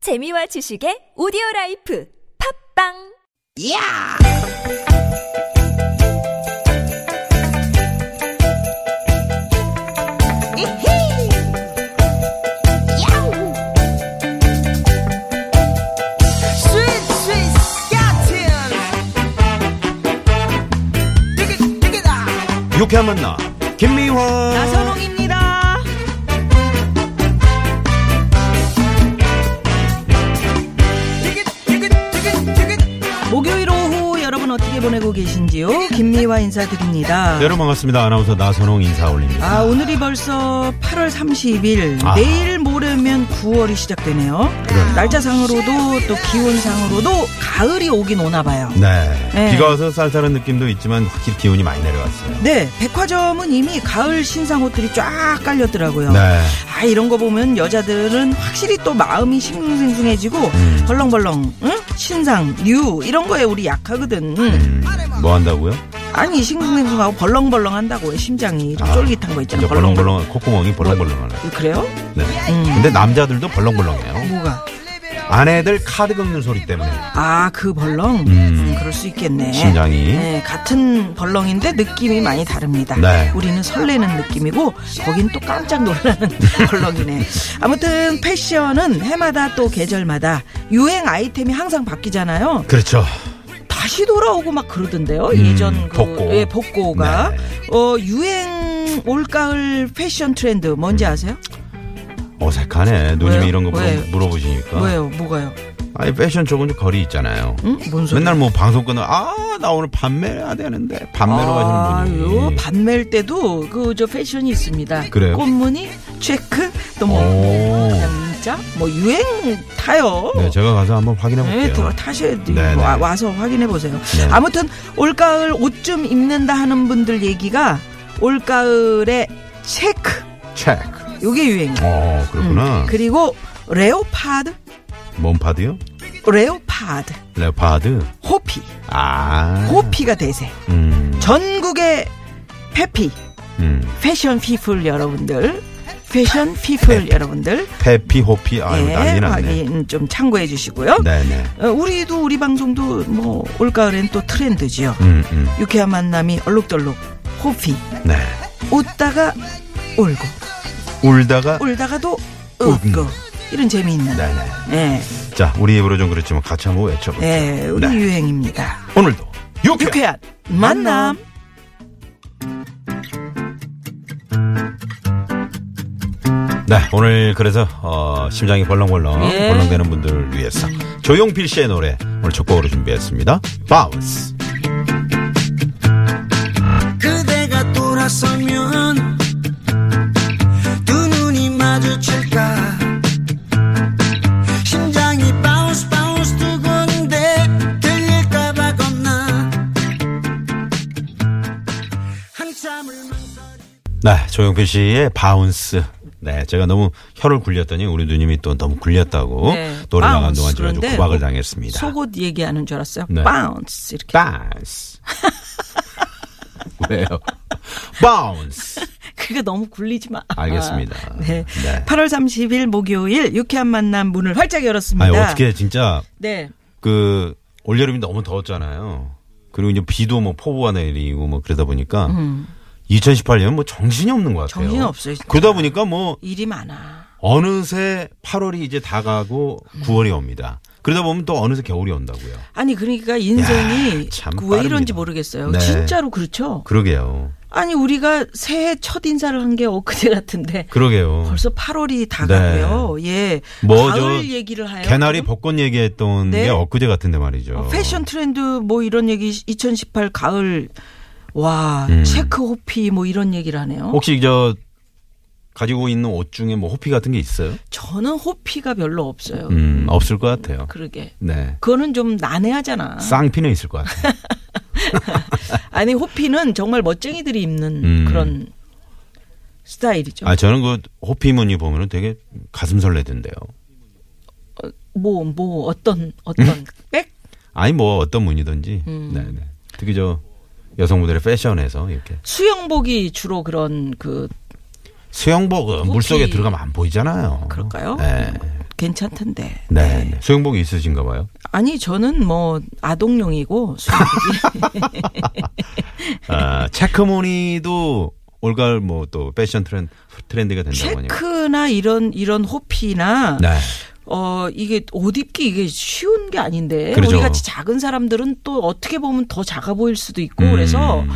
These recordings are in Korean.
재미와 지식의 오디오 라이프 팝빵! 야! 이히! 야우! 스윗 스윗 스카틴! 띠깃 띠깃아! 유쾌한 만나 김미화 나선홍입니다. 띠깃 띠깃 띠깃 띠깃 목요일 오후 여러분 어떻게 보내고 계신지요? 김미화 인사드립니다. 여러분 반갑습니다 아나운서 나선홍 인사 올립니다 아, 오늘이 벌써 8월 30일, 아. 내일 모레면 9월이 시작되네요. 그러네요. 날짜상으로도 또 기온상으로도 가을이 오긴 오나 봐요. 네. 네. 비가 와서 쌀쌀한 느낌도 있지만 확실히 기온이 많이 내려왔어요 네, 백화점은 이미 가을 신상 옷들이 쫙 깔렸더라고요. 네. 아, 이런 거 보면 여자들은 확실히 또 마음이 싱숭생숭해지고 음. 벌렁벌렁, 응? 신상, 뉴, 이런 거에 우리 약하거든. 음, 뭐 한다고요? 아니 싱숭생숭하고 벌렁벌렁한다고요 심장이 좀 아, 쫄깃한 거 있잖아 진짜 벌렁벌렁 벌렁벌렁 콧구멍이 벌렁벌렁하네 그래요? 네. 근데 남자들도 벌렁벌렁해요 뭐가? 아내들 카드 긁는 소리 때문에 아 그 벌렁? 음. 그럴 수 있겠네 심장이. 네, 같은 벌렁인데 느낌이 많이 다릅니다 네. 우리는 설레는 느낌이고 거긴 또 깜짝 놀라는 벌렁이네 아무튼 패션은 해마다 또 계절마다 유행 아이템이 항상 바뀌잖아요 그렇죠 다시 돌아오고 막 그러던데요. 음, 예전 그 복고. 예, 복고가 네. 어 유행 올가을 패션 트렌드 음. 뭔지 아세요? 어색하네 누님이 왜요? 이런 거 왜요? 물어, 보시니까 뭐예요? 뭐가요? 아니 패션 쪽은 좀 거리 있잖아요 응? 뭔 소리? 맨날 뭐 방송 끊어 아나 오늘 판매해야 되는데 판매로 가시는 분이 아유, 반멜 때도 그 저 패션이 있습니다. 그래요? 꽃무늬, 체크, 오. 또뭐 진짜 뭐 유행 타요. 네, 제가 가서 한번 확인해 네, 볼게요. 들어 타셔야 돼요. 네, 네. 와, 와서 확인해 보세요. 네. 아무튼 올가을 옷 좀 입는다 하는 분들 얘기가 올가을에 체크 체크. 요게 유행이에요. 어, 그렇구나. 음, 그리고 레오파드, 몸파드요? 레오파드, 레파드. 호피, 아. 호피가 대세. 음. 전국의 페피, 음. 패션 피플 여러분들, 패션 피플 여러분들, 페피 호피 네. 아유 난리 났네. 예, 확인 좀 참고해 주시고요. 네, 네. 어, 우리도 우리 방송도 뭐 올가을엔 또 트렌드지요. 음, 음. 유쾌한 만남이 얼룩덜룩 호피, 네. 웃다가 울고, 울다가 울다가도 웃고. 웃고 이런 재미있는. 음. 네, 네. 예, 자, 우리 입으로 좀 그렇지만 같이 한번 외쳐 볼게요. 예, 우리 네. 유행입니다. 오늘도 유쾌. 유쾌한 만남. 네, 오늘 그래서 어, 심장이 벌렁벌렁 예. 벌렁대는 분들을 위해서 조용필 씨의 노래 오늘 첫 곡으로 준비했습니다. 바운스. 그대가 돌아서면 두 눈이 마주칠까 심장이 바운스 바운스 두근데 들릴까봐 겁나 한참을 네, 조용필 씨의 바운스. 네, 제가 너무 혀를 굴렸더니 우리 누님이 또 너무 굴렸다고 네. 어? 노래 나간 바운스. 동안 제가 좀 그런데 구박을 뭐 당했습니다. 속옷 얘기하는 줄 알았어요. 네. 바운스 이렇게. 바운스. 왜요? 바운스. 그게 너무 굴리지 마. 알겠습니다. 아, 네. 네. 8월 30일 목요일 유쾌한 만남 문을 활짝 열었습니다. 아니, 어떻게 진짜 네. 그 올여름이 너무 더웠잖아요. 그리고 이제 비도 뭐 폭우가 내리고 뭐 그러다 보니까 2018년 뭐 정신이 없는 것 같아요. 음. 정신 없어요. 진짜. 그러다 보니까 뭐 일이 많아. 어느새 8월이 이제 다 가고 음. 9월이 옵니다. 그러다 보면 또 어느새 겨울이 온다고요. 아니 그러니까 인생이 야, 참 왜 빠릅니다. 이런지 모르겠어요. 네. 진짜로 그렇죠. 그러게요. 아니 우리가 새해 첫 인사를 한 게 어, 엊그제 같은데 그러게요. 벌써 8월이 다 네. 가고요. 예. 뭐 가을 저 얘기를 하요. 개나리 벚꽃 얘기했던 네. 게 엊그제 같은데 말이죠. 어, 패션 트렌드 뭐 이런 얘기 2018 가을 와 음. 어. 체크 호피 뭐 이런 얘기를 하네요. 혹시 저 가지고 있는 옷 중에 뭐 호피 같은 게 있어요? 저는 호피가 별로 없어요. 음, 없을 것 같아요. 그러게. 네. 그거는 좀 난해하잖아. 쌍피는 있을 것 같아요. 아니 호피는 정말 멋쟁이들이 입는 음. 그런 스타일이죠. 아, 저는 그 호피 무늬 보면은 되게 가슴 설레던데요. 뭐 뭐 어떤 음. 어떤 백? 아니, 뭐 어떤 무늬든지. 음. 네네. 특히 저 여성 모델의 패션에서 이렇게 수영복이 주로 그런 그 수영복은 호피. 물속에 들어가면 안 보이잖아요. 그럴까요? 네. 괜찮던데. 네. 네. 소형복이 있으신가 봐요. 아니 저는 뭐 아동용이고 수영복이 아, 체크무늬도 올가을 뭐 또 패션 트렌드, 트렌드가 된다고 하니까. 체크나 그 이런 이런 호피나 네. 어 이게 옷 입기 이게 쉬운 게 아닌데 그러죠. 우리 같이 작은 사람들은 또 어떻게 보면 더 작아 보일 수도 있고 음. 그래서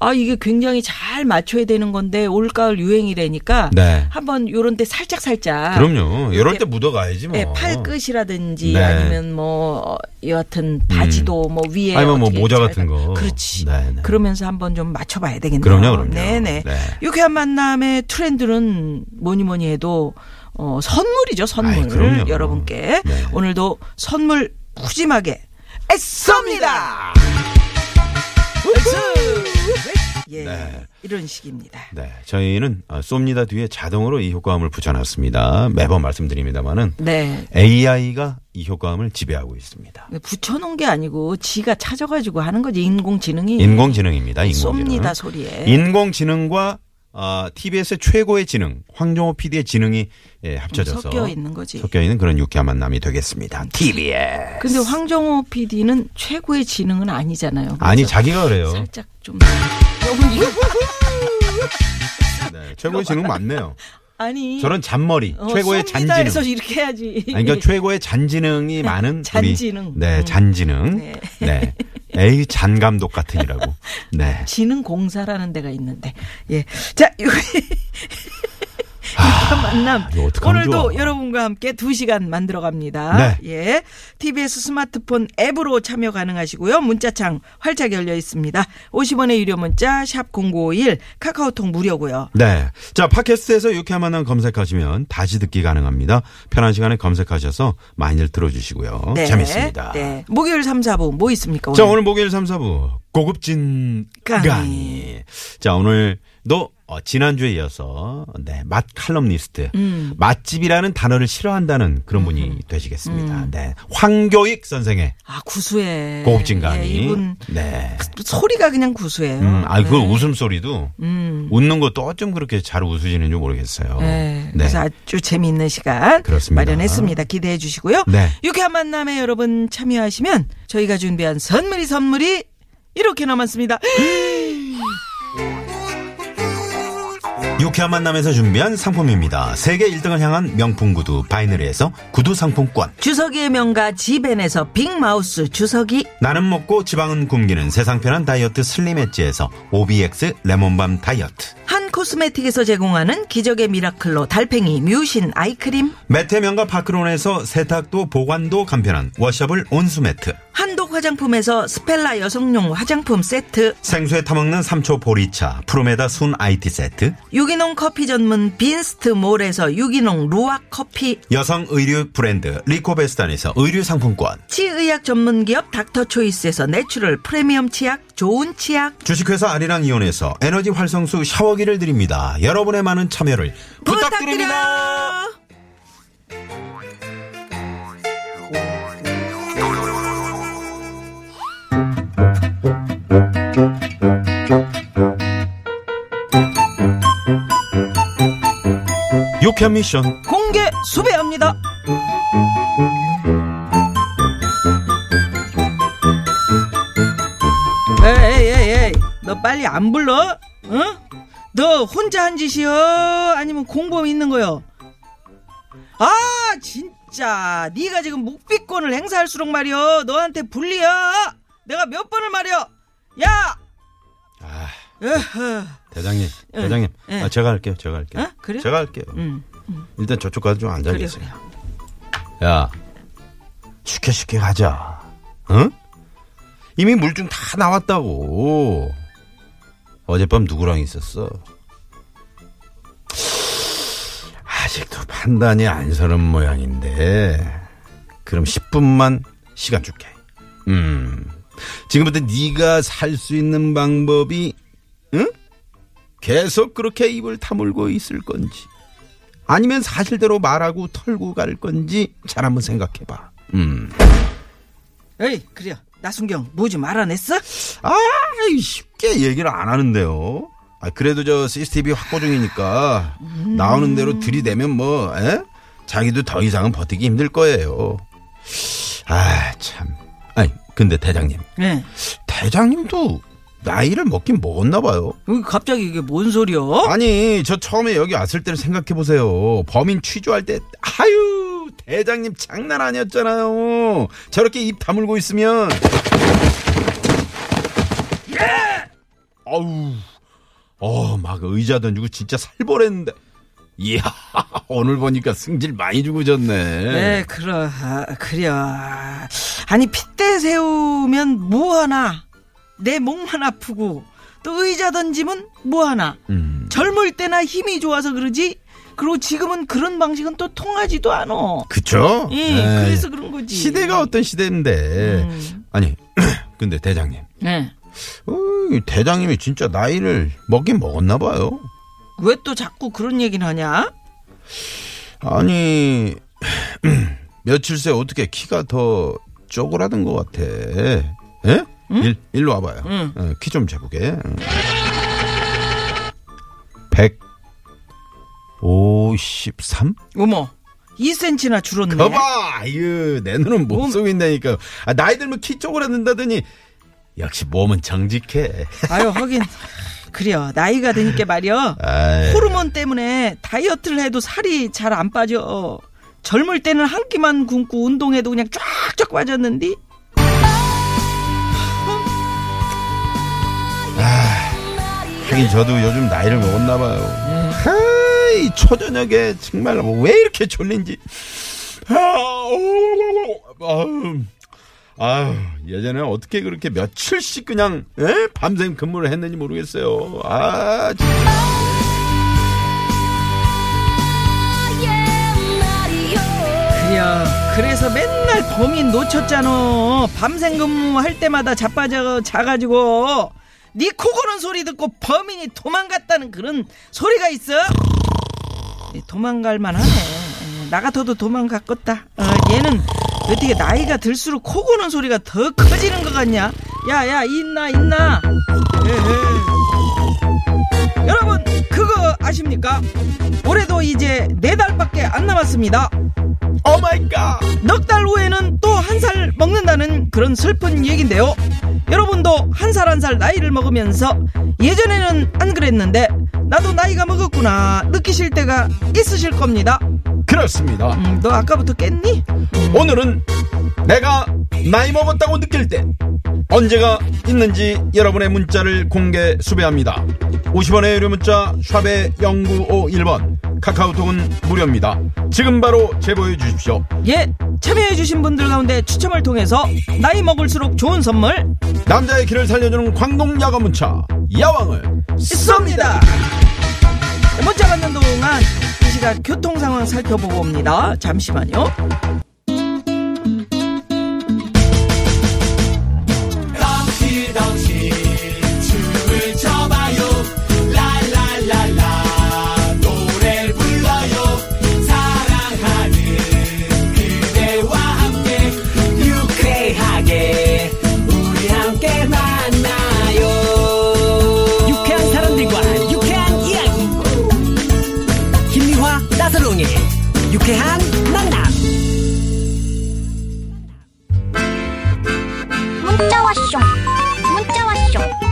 아 이게 굉장히 잘 맞춰야 되는 건데 올가을 유행이라니까 네. 한번 요런 때 살짝 살짝 그럼요. 이럴 아, 이렇게, 때 묻어가야지 뭐. 예, 팔끝이라든지 네. 아니면 뭐 어, 여하튼 바지도 뭐 위에 아니면 뭐 어떻게 모자 잘 같은 가- 거. 그렇지 네, 네. 그러면서 한번 좀 맞춰봐야 되겠네요 그럼요, 그럼요. 네네 네. 유쾌한 만남의 트렌드는 뭐니 뭐니 해도 어, 선물이죠 선물 아이, 그럼요. 여러분께 네. 오늘도 선물 푸짐하게 애쏩니다 예 이런 식입니다 네, 저희는 아, 쏩니다 뒤에 자동으로 이 효과음을 붙여놨습니다. 매번 말씀드립니다만은 네 AI가 이 효과음을 지배하고 있습니다. 붙여놓은 게 아니고 지가 찾아가지고 하는 거지 인공지능이 인공지능입니다. 인공지능. 음. 쏩니다 소리에 인공지능과 아, TBS의 최고의 지능 황정호 PD의 지능이 예, 합쳐져서 섞여 있는 거지. 섞여 있는 그런 유쾌한 만남이 되겠습니다. TBS. 근데 황정호 PD는 최고의 지능은 아니잖아요. 아니 그래서 자기가 그래요. 살짝 좀 너무 이거- 네, 최고의 지능 맞네요. 아니 저런 잔머리, 어, 최고의 쏩니다 잔지능. 해서 이렇게 해야지. 아니, 그러니까 최고의 잔지능이 많은 잔지능. 우리 네 음. 잔지능 네. 네, 에이 잔 감독 같으니라고 네 지능 공사라는 데가 있는데 예자 요 유쾌한 만남 아, 이거 어떡하면 오늘도 좋아. 여러분과 함께 2시간 만들어 갑니다. 네. 예. TBS 스마트폰 앱으로 참여 가능하시고요. 문자창 활짝 열려 있습니다. 50원의 유료 문자 샵 0951 카카오톡 무료고요. 네. 자, 팟캐스트에서 유쾌한 만남 검색하시면 다시 듣기 가능합니다. 편한 시간에 검색하셔서 많이들 들어주시고요. 네. 재밌습니다. 네. 목요일 3, 4부 뭐 있습니까? 오늘? 자, 오늘 목요일 3, 4부 고급진 강의. 강의. 자, 오늘도 어, 지난주에 이어서 네, 맛 칼럼니스트. 음. 맛집이라는 단어를 싫어한다는 그런 분이 되시겠습니다. 음. 네. 황교익 선생의 아, 구수해. 고급진 예, 강의. 이분 네. 소리가 그냥 구수해요. 음, 아, 그 네. 웃음소리도 웃는 것도 어쩜 그렇게 잘 웃으시는지 모르겠어요. 네. 그래서 아주 재미있는 시간 그렇습니다. 마련했습니다. 기대해 주시고요. 네. 유쾌한 만남에 여러분 참여하시면 저희가 준비한 선물이 선물이 이렇게 남았습니다. 유쾌한 만남에서 준비한 상품입니다. 세계 1등을 향한 명품 구두 바이너리에서 구두 상품권. 주석이의 명가 지벤에서 빅마우스 주석이 나는 먹고 지방은 굶기는 세상 편한 다이어트 슬림 엣지에서 OBX 레몬밤 다이어트. 한 코스메틱에서 제공하는 기적의 미라클로 달팽이 뮤신 아이크림 매태명과 파크론에서 세탁도 보관도 간편한 워셔블 온수 매트. 한독 화장품에서 스펠라 여성용 화장품 세트 생수에 타먹는 삼초 보리차 프로메다 순 IT 세트. 유기농 커피 전문 빈스트 몰에서 유기농 루아 커피 여성 의류 브랜드 리코베스탄에서 의류 상품권. 치의학 전문 기업 닥터 초이스에서 내추럴 프리미엄 치약 좋은 치약 주식회사 아리랑 이온에서 에너지 활성수 샤워기를 드립니다. 여러분의 많은 참여를 부탁드립니다. 부탁드려요. 유캔 미션. 공개 수배합니다. 에이, 에이, 에이, 너 빨리 안 불러? 응? 너 혼자 한 짓이요? 아니면 공범 있는 거요? 아, 진짜. 네가 지금 묵비권을 행사할수록 말이여. 너한테 불리야. 내가 몇 번을 말이여. 야! 아, 으흐. 대장님, 대장님. 응. 아, 제가 할게요, 제가 할게요. 어? 그래요? 제가 할게요. 응. 일단 저쪽 가서 좀 앉아 그래요. 계세요. 야, 쉽게 쉽게 가자. 응? 이미 물좀 다 나왔다고. 어젯밤 누구랑 있었어? 아직도 판단이 안 서는 모양인데. 그럼 10분만 시간 줄게. 음. 지금부터 네가 살 수 있는 방법이 응? 계속 그렇게 입을 다물고 있을 건지. 아니면 사실대로 말하고 털고 갈 건지 잘 한번 생각해봐. 음. 에이, 그래요. 나순경, 뭐 좀 알아냈어? 아, 쉽게 얘기를 안 하는데요. 아, 그래도 저 CCTV 확보 중이니까 나오는 대로 들이대면 뭐, 에? 자기도 더 이상은 버티기 힘들 거예요. 아, 참. 아니, 근데 대장님. 예. 대장님도 나이를 먹긴 먹었나 봐요. 여기 갑자기 이게 뭔 소리야? 아니, 저 처음에 여기 왔을 때를 생각해 보세요. 범인 취조할 때, 아유, 대장님 장난 아니었잖아요. 저렇게 입 다물고 있으면. 예! 아우, 어, 막 의자 던지고 진짜 살벌했는데. 이야, 오늘 보니까 승질 많이 주고 졌네. 네, 그러, 아, 그려. 아니, 핏대 세우면 뭐 하나? 내 목만 아프고, 또 의자 던지면 뭐 하나? 음. 젊을 때나 힘이 좋아서 그러지? 그리고 지금은 그런 방식은 또 통하지도 않아. 그쵸? 예, 네. 그래서 그런 거지. 음. 시대가 어떤 시대인데. 아니, 근데 대장님. 예. 어이, 대장님이 진짜 나이를 먹긴 먹었나 봐요. 왜 또 자꾸 그런 얘기는 하냐? 아니 며칠 새 어떻게 키가 더 쪼그라든 것 같아. 예? 일, 일로 와봐요. 어, 키 좀 재보게. 153? 어머, 2cm나 줄었네. 거봐! 아유, 내 눈은 못 속인다니까 아, 나이 들면 키 쪼그라든다더니 역시 몸은 정직해. 아유, 하긴. 그래요. 나이가 드니까 말이요. 아이. 호르몬 때문에 다이어트를 해도 살이 잘 안 빠져. 젊을 때는 한 끼만 굶고 운동해도 그냥 쫙쫙 빠졌는데. 하긴 저도 요즘 나이를 먹었나 봐요. 하이 초저녁에 정말 뭐 왜 이렇게 졸린지. 아, 예전에 어떻게 그렇게 며칠씩 그냥 에? 밤샘 근무를 했는지 모르겠어요. 아, 진짜. 그래. 그래서 맨날 범인 놓쳤잖아. 밤샘 근무할 때마다 자빠져 자가지고 네 코 고는 소리 듣고 범인이 도망갔다는 그런 소리가 있어. 도망갈 만하네. 어, 나 같아도 도망갔겠다. 어, 얘는 어떻게 나이가 들수록 코 고는 소리가 더 커지는 것 같냐? 야, 야, 있나, 있나? 에헤. 여러분, 그거 아십니까? 올해도 이제 네 달밖에 안 남았습니다. 오 마이 갓. 넉 달 후에는 또 한 살 먹는다는 그런 슬픈 얘기인데요. 여러분도 한 살 한 살 나이를 먹으면서 예전에는 안 그랬는데 나도 나이가 먹었구나 느끼실 때가 있으실 겁니다. 그렇습니다. 음, 너 아까부터 깼니? 오늘은 내가 나이 먹었다고 느낄 때 언제가 있는지 여러분의 문자를 공개 수배합니다. 50원의 유료 문자 샵의 0951번 카카오톡은 무료입니다. 지금 바로 제보해 주십시오. 예, 참여해주신 분들 가운데 추첨을 통해서 나이 먹을수록 좋은 선물 남자의 길을 살려주는 광동 야간 문자 야왕을 쏩니다. 네, 문자 받는 동안 이 시간 교통 상황 살펴보고 옵니다. 잠시만요. 유쾌한 사람들과 유쾌한 이야기 김미화 나서롱의 유쾌한 만남 문자 왔쇼 문자 왔쇼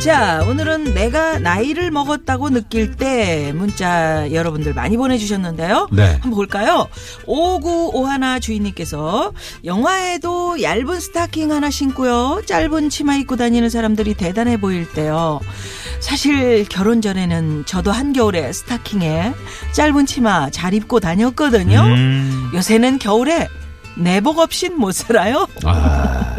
자, 오늘은 내가 나이를 먹었다고 느낄 때 문자 여러분들 많이 보내주셨는데요. 네. 한번 볼까요? 5951 주인님께서 영화에도 얇은 스타킹 하나 신고요. 짧은 치마 입고 다니는 사람들이 대단해 보일 때요. 사실 결혼 전에는 저도 한겨울에 스타킹에 짧은 치마 잘 입고 다녔거든요. 음. 음. 요새는 겨울에 내복 없인 못 살아요. 아.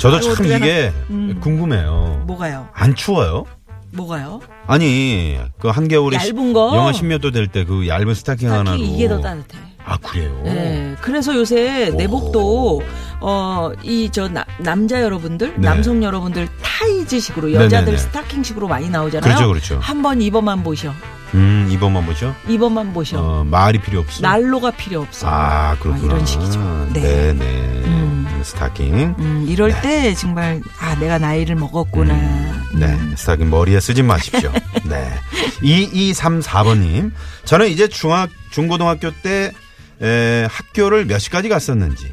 저도 아이고, 참 어떡하나. 음. 이게 궁금해요. 뭐가요? 안 추워요? 뭐가요? 아니 그 한겨울에 시- 얇은 거? 영하 10몇 도 될 때 그 얇은 스타킹 하나로 스타킹이 이게 더 따뜻해. 아 그래요? 네, 그래서 요새 내복도 어 이 저 남자 여러분들, 네. 남성 여러분들 타이즈식으로 여자들 네네네. 스타킹식으로 많이 나오잖아요. 그렇죠, 그렇죠. 한번 입어만 보셔, 음 이번만 보죠. 입어만 보셔. 어, 말이 필요 없어. 난로가 필요 없어. 아 그렇구나. 아, 이런 식이죠. 네. 네네. 음. 스타킹. 음, 이럴 때 정말 아 내가 나이를 먹었구나. 네, 스타킹 머리에 쓰지 마십시오. 네. 2234번님, 저는 이제 중학, 중고등학교 때, 에, 학교를 몇 시까지 갔었는지,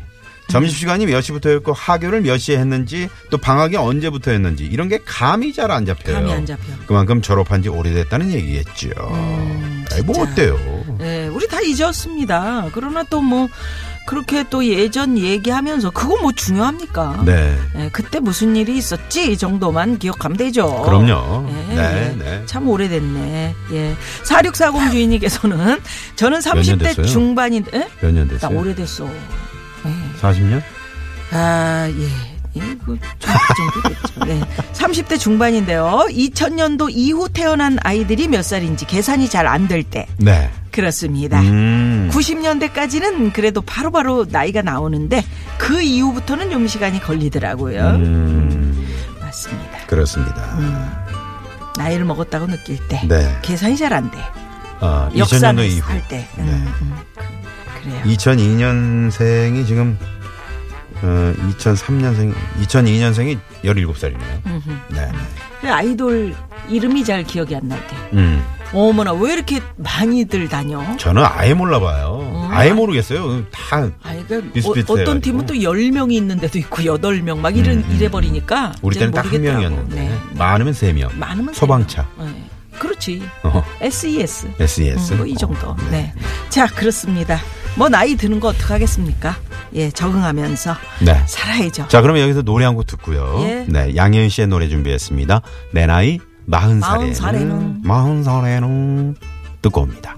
점심시간이 몇 시부터였고, 하교를 몇 시에 했는지, 또 방학이 언제부터 했는지, 이런 게 감이 잘 안 잡혀요. 감이 안 잡혀. 그만큼 졸업한 지 오래됐다는 얘기겠죠. 아이, 뭐 음, 진짜. 어때요? 예, 우리 다 잊었습니다. 그러나 또 뭐, 그렇게 또 예전 얘기하면서, 그거 뭐 중요합니까? 네. 예, 그때 무슨 일이 있었지? 이 정도만 기억하면 되죠. 그럼요. 네, 예, 예. 네. 참 오래됐네. 예. 4640 주인님께서는 저는 년 30대 됐어요? 중반인데, 예? 몇 년 나 됐어요? 오래됐어. 예. 40년? 아, 예. 이거 정도 네. 30대 중반인데요. 2000년도 이후 태어난 아이들이 몇 살인지 계산이 잘 안 될 때. 네. 그렇습니다. 음. 90년대까지는 그래도 바로바로 나이가 나오는데 그 이후부터는 좀 시간이 걸리더라고요. 음, 맞습니다. 그렇습니다. 음. 나이를 먹었다고 느낄 때 네. 계산이 잘 안 돼. 아, 역산을 2000년도 이후. 네. 할 때. 음, 음. 그- 그래요. 2002년생이 지금 어, 2003년생, 2002년생이 17살이네요. 네. 그 아이돌 이름이 잘 기억이 안 날 때. 음. 어머나 왜 이렇게 많이들 다녀? 저는 아예 몰라봐요. 음. 아예 모르겠어요. 다 아, 그러니까 어, 비슷비슷해가지고. 음, 어떤 팀은 또 10명이 있는데도 있고 8명 막 이런 이래 버리니까 네. 우리 때는 딱 한 명이었는데 많으면 세 명. 많으면 소방차. 세 명. 네. 그렇지. 어, SES. SES. 음, 뭐이 정도. 어, 네. 자, 그렇습니다. 뭐 나이 드는 거 어떡하겠습니까? 예, 적응하면서 네. 살아야죠. 자, 그러면 여기서 노래 한 곡 듣고요. 예. 네, 양현 씨의 노래 준비했습니다. 내 나이 마흔 살에는 마흔 살에는. 마흔 살에는 듣고 옵니다.